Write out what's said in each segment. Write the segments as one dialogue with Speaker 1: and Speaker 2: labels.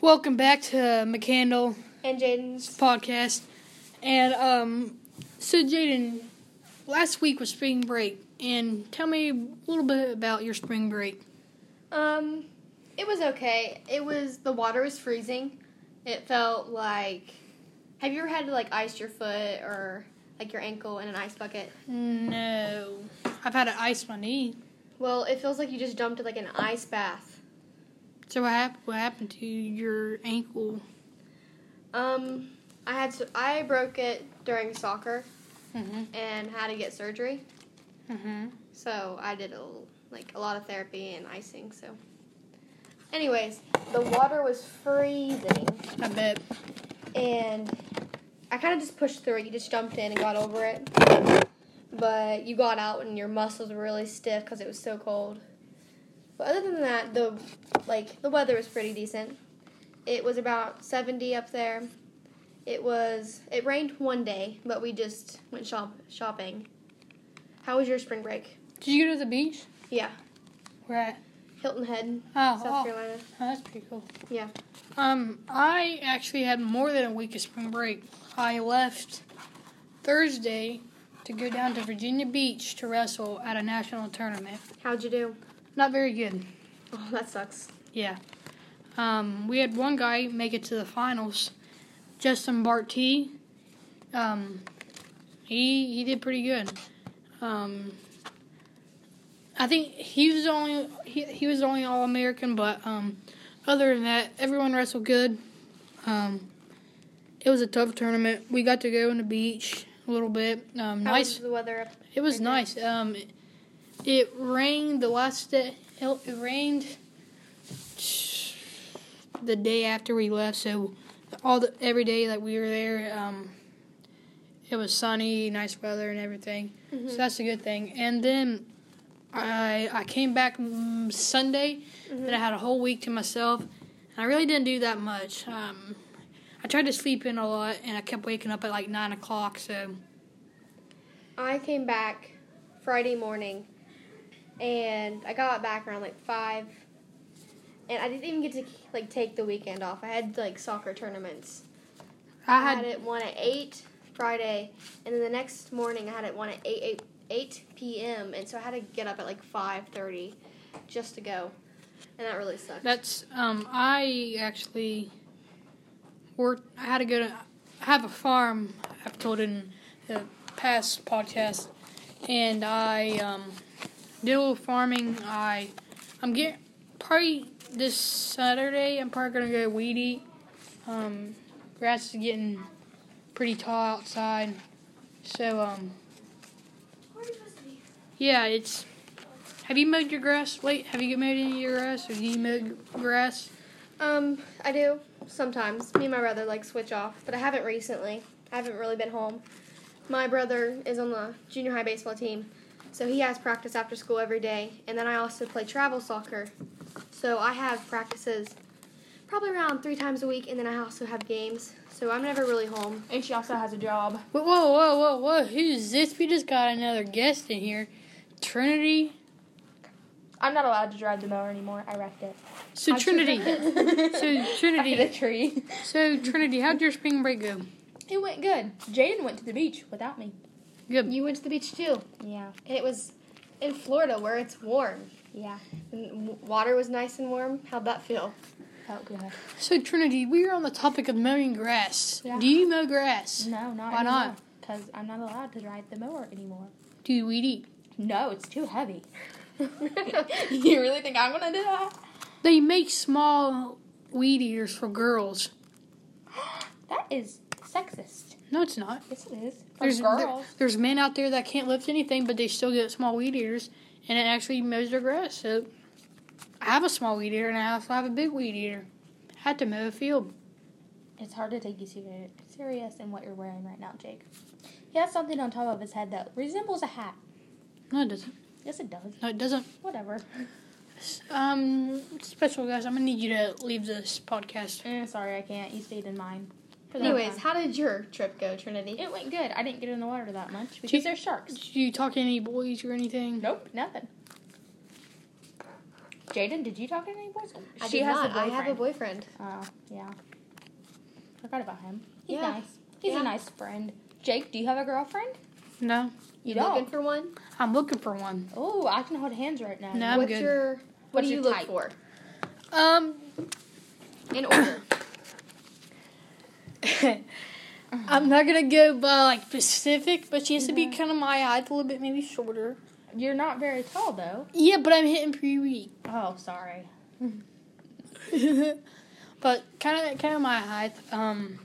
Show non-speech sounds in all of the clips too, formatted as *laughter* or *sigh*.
Speaker 1: Welcome back to McCandle
Speaker 2: And Jaden's.
Speaker 1: podcast. And um so Jaden, last week was spring break and tell me a little bit about your spring break.
Speaker 2: Um, it was okay. It was the water was freezing. It felt like. Have you ever had to like ice your foot or like your ankle in an ice bucket?
Speaker 1: No. I've had to ice my knee.
Speaker 2: Well, it feels like you just jumped in like an ice bath.
Speaker 1: So what happened what happened to your ankle?
Speaker 2: Um, I had s- I broke it during soccer
Speaker 1: Mhm.
Speaker 2: and had to get surgery.
Speaker 1: Mhm.
Speaker 2: So I did a, l- like a lot of therapy and icing. So, anyways, the water was freezing.
Speaker 1: I bet.
Speaker 2: and I kind of just pushed through it. You just jumped in and got over it, but you got out and your muscles were really stiff because it was so cold. But other than that, the like the weather was pretty decent. It was about 70 up there. It was it rained one day, but we just went shop shopping. How was your spring break?
Speaker 1: Did you go to the beach?
Speaker 2: Yeah,
Speaker 1: Where at?
Speaker 2: Hilton Head,
Speaker 1: Oh,
Speaker 2: South
Speaker 1: oh,
Speaker 2: Carolina.
Speaker 1: that's pretty cool.
Speaker 2: Yeah.
Speaker 1: Um, I actually had more than a week of spring break. I left Thursday to go down to Virginia Beach to wrestle at a national tournament.
Speaker 2: How'd you do?
Speaker 1: Not very good.
Speaker 2: Oh, that sucks.
Speaker 1: Yeah. Um, we had one guy make it to the finals, Justin Barty. Um, he he did pretty good. Um, I think he was the only he, he was the only All American, but um, other than that, everyone wrestled good. Um, it was a tough tournament. We got to go on the beach a little bit. Um,
Speaker 2: How
Speaker 1: nice.
Speaker 2: was the weather up
Speaker 1: It was
Speaker 2: Okay.
Speaker 1: nice. Um, it, it rained the last day. It it rained the day after we left, so all the every day that we were there, um, it was sunny, nice weather, and everything. So that's a good thing. And then I I came back mm, Sunday, and I had a whole week to myself. And I really didn't do that much. Um, I tried to sleep in a lot, and I kept waking up at like nine o'clock. So
Speaker 2: I came back Friday morning, and I got back around like five, and I didn't even get to like take the weekend off. I had like soccer tournaments.
Speaker 1: I
Speaker 2: I
Speaker 1: had
Speaker 2: had it one at eight Friday, and then the next morning I had it one at eight eight eight p.m. And so I had to get up at like five thirty, just to go, and that really sucked.
Speaker 1: That's um I actually worked I had to go to I have a farm I've told in the past podcast and I um did a little farming I I'm getting probably this Saturday I'm probably gonna go weed eat. Um grass is getting pretty tall outside. So um yeah, it's. Have you mowed your grass? Wait, have you mowed any of your grass, or do you mow grass?
Speaker 2: Um, I do sometimes. Me and my brother like switch off, but I haven't recently. I haven't really been home. My brother is on the junior high baseball team, so he has practice after school every day, and then I also play travel soccer. So I have practices probably around three times a week, and then I also have games. So I'm never really
Speaker 3: *laughs*
Speaker 2: home.
Speaker 3: And she also has a job.
Speaker 1: Whoa, whoa, whoa, whoa, whoa! Who's this? We just got another guest in here, Trinity.
Speaker 3: I'm not allowed to drive the mower anymore. I wrecked it.
Speaker 1: So Trinity,
Speaker 3: *laughs*
Speaker 1: so
Speaker 3: Hit a
Speaker 1: Trinity,
Speaker 3: tree. *laughs*
Speaker 1: so Trinity, how'd your spring break go?
Speaker 3: It went good. Jaden went to the beach without me.
Speaker 1: Good.
Speaker 2: You went to the beach too,
Speaker 3: Yeah.
Speaker 2: and it was in Florida where it's warm.
Speaker 3: Yeah.
Speaker 2: And w- water was nice and warm. How'd that feel?
Speaker 3: Felt good.
Speaker 1: So Trinity, we are on the topic of mowing grass.
Speaker 3: Yeah.
Speaker 1: Do you mow grass?
Speaker 3: No, not
Speaker 1: Why
Speaker 3: anymore.
Speaker 1: not?
Speaker 3: Because I'm not allowed to drive the mower anymore.
Speaker 1: Do you weed eat?
Speaker 3: No, it's too heavy. *laughs* you really think I'm gonna do that?
Speaker 1: They make small weed eaters for girls.
Speaker 3: *gasps* That is sexist.
Speaker 1: No, it's not.
Speaker 3: Yes, it is. For
Speaker 1: There's there-
Speaker 3: girls.
Speaker 1: there's men out there that can't lift anything, but they still get small weed eaters, and it actually mows their grass. So I have a small weed eater, and I also have a big weed eater. had to mow a field.
Speaker 3: It's hard to take you seri- serious in what you're wearing right now, Jake. He has something on top of his head that resembles a hat.
Speaker 1: No, it doesn't.
Speaker 3: Yes, it does.
Speaker 1: No, it doesn't.
Speaker 3: Whatever. *laughs*
Speaker 1: Um, special guys, I'm gonna need you to leave this podcast.
Speaker 3: Eh, sorry, I can't. You stayed in mine. For that
Speaker 2: Anyways,
Speaker 3: long.
Speaker 2: how did your trip go, Trinity?
Speaker 3: it went good. I didn't get in the water that much
Speaker 1: Do you-
Speaker 3: because there's sharks.
Speaker 1: Did you talk to any boys or anything?
Speaker 3: Nope, nothing. Jaden, did you talk to any boys?
Speaker 2: I did not. I have a boyfriend.
Speaker 3: Oh, yeah. Forgot about him. He's
Speaker 2: Yeah.
Speaker 3: nice. He's
Speaker 2: Yeah.
Speaker 3: a nice friend. Jake, do you have a girlfriend?
Speaker 1: No,
Speaker 3: You
Speaker 2: looking
Speaker 3: don't.
Speaker 2: for one?
Speaker 1: I'm looking for one.
Speaker 3: Oh, I can hold hands right now.
Speaker 1: No. I'm
Speaker 2: What's
Speaker 1: good.
Speaker 2: your What
Speaker 3: What's
Speaker 2: do you
Speaker 3: your
Speaker 2: look
Speaker 3: type?
Speaker 2: for?
Speaker 1: Um, *laughs*
Speaker 3: *coughs*
Speaker 2: In order.
Speaker 1: I'm not gonna give uh, like specific, but she has to be kind of my height, a little bit maybe shorter.
Speaker 3: You're not very tall though.
Speaker 1: Yeah, but I'm hitting pretty weak.
Speaker 3: Oh, sorry.
Speaker 1: but kind of, kind of my height. Um,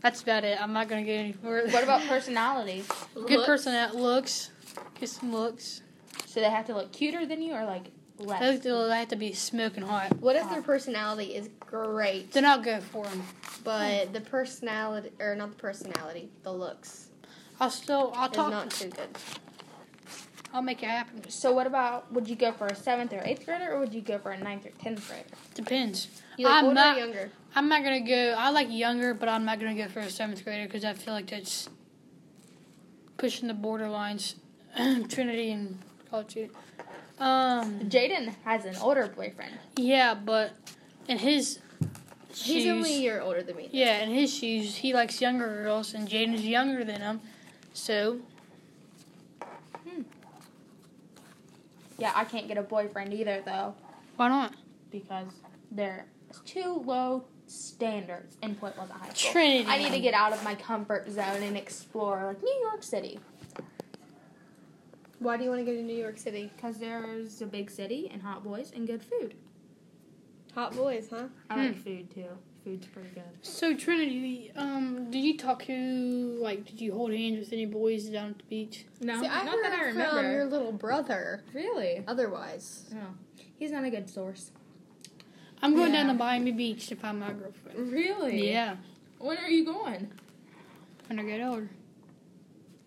Speaker 1: that's about it. I'm not gonna get any further.
Speaker 3: What about personality?
Speaker 1: good
Speaker 2: Looks?
Speaker 1: person that looks? Get some looks.
Speaker 3: So they have to look cuter than you, or like
Speaker 1: I
Speaker 3: less?
Speaker 1: think they'll have to be smoking hot.
Speaker 2: What if their personality is great,
Speaker 1: Then I'll go for them.
Speaker 2: but the personality, or not the personality, the looks
Speaker 1: I'll still, I'll
Speaker 2: is
Speaker 1: talk.
Speaker 2: not too good.
Speaker 1: I'll make it happen.
Speaker 3: So what about? Would you go for a seventh or eighth grader, or would you go for a ninth or tenth grader?
Speaker 1: Depends.
Speaker 2: You like
Speaker 1: I'm
Speaker 2: older
Speaker 1: not-
Speaker 2: or younger?
Speaker 1: I'm not gonna go. I like younger, but I'm not gonna go for a seventh grader because I feel like that's pushing the borderlines. *clears throat* Trinity and college. Student. Um.
Speaker 3: Jaden has an older boyfriend.
Speaker 1: Yeah, but in his shoes,
Speaker 2: He's only a year older than me.
Speaker 1: yeah, in his shoes, he likes younger girls, and Jaden's younger than him. So
Speaker 3: Hmm. Yeah, I can't get a boyfriend either though,
Speaker 1: why not?
Speaker 3: because they're too low standards in Point Pleasant High School.
Speaker 1: Trinity.
Speaker 3: I need to get out of my comfort zone and explore like New York City.
Speaker 2: Why do you want to go to New York City?
Speaker 3: Because there's a big city and hot boys and good food.
Speaker 2: Hot boys, huh?
Speaker 3: I
Speaker 1: Hmm.
Speaker 3: like food too. Food's pretty good.
Speaker 1: So Trinity, um, did you talk to like, did you hold hands with any boys down at the beach?
Speaker 3: No,
Speaker 2: See, I
Speaker 3: not that
Speaker 2: heard
Speaker 3: I
Speaker 2: From your
Speaker 3: remember.
Speaker 2: little brother.
Speaker 3: Really?
Speaker 2: Otherwise,
Speaker 3: No, he's not a good source.
Speaker 1: I'm going down
Speaker 3: Yeah.
Speaker 1: to Miami Beach to find my girlfriend.
Speaker 3: Really?
Speaker 1: Yeah,
Speaker 3: When are you going?
Speaker 1: when I get older.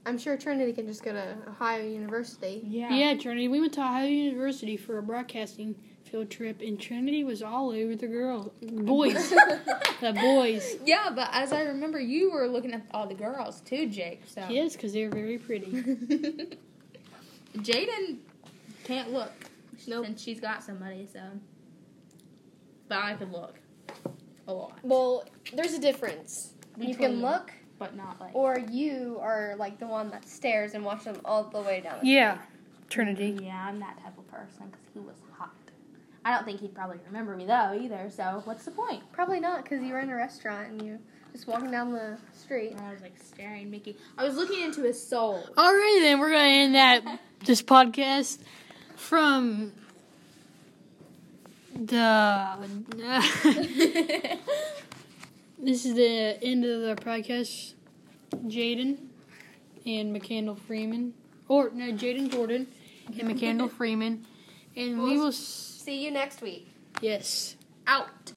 Speaker 2: I'm sure Trinity can just go to Ohio University.
Speaker 1: Yeah. Trinity, we went to Ohio University for a broadcasting field trip, and Trinity was all over the girls,
Speaker 2: *laughs*
Speaker 3: *laughs*
Speaker 1: boys, the boys.
Speaker 3: Yeah, but as I remember, you were looking at all the girls too, Jake. So
Speaker 1: Yes, because they're very pretty.
Speaker 3: Jaden can't look.
Speaker 2: Nope.
Speaker 3: Since she's got somebody, so. But I can look. A lot.
Speaker 2: Well, there's a difference. you can look,
Speaker 3: But not like.
Speaker 2: or you are like the one that stares and watches them all the way down.
Speaker 1: Yeah, Trinity.
Speaker 3: Yeah, I'm that type of person because he was hot. I don't think he'd probably remember me though either, so what's the point?
Speaker 2: Probably not, because you were in a restaurant and you just walking down the street.
Speaker 3: I was like staring Mickey. I was looking into his *laughs* soul.
Speaker 1: All right, then we're gonna end that this podcast from the. *laughs* this is the end of the podcast. Jaden and McCandle Freeman, or no, Jaden Gordon and *laughs* McCandle Freeman, and we will. S-
Speaker 2: See you next week.
Speaker 1: yes.
Speaker 3: Out.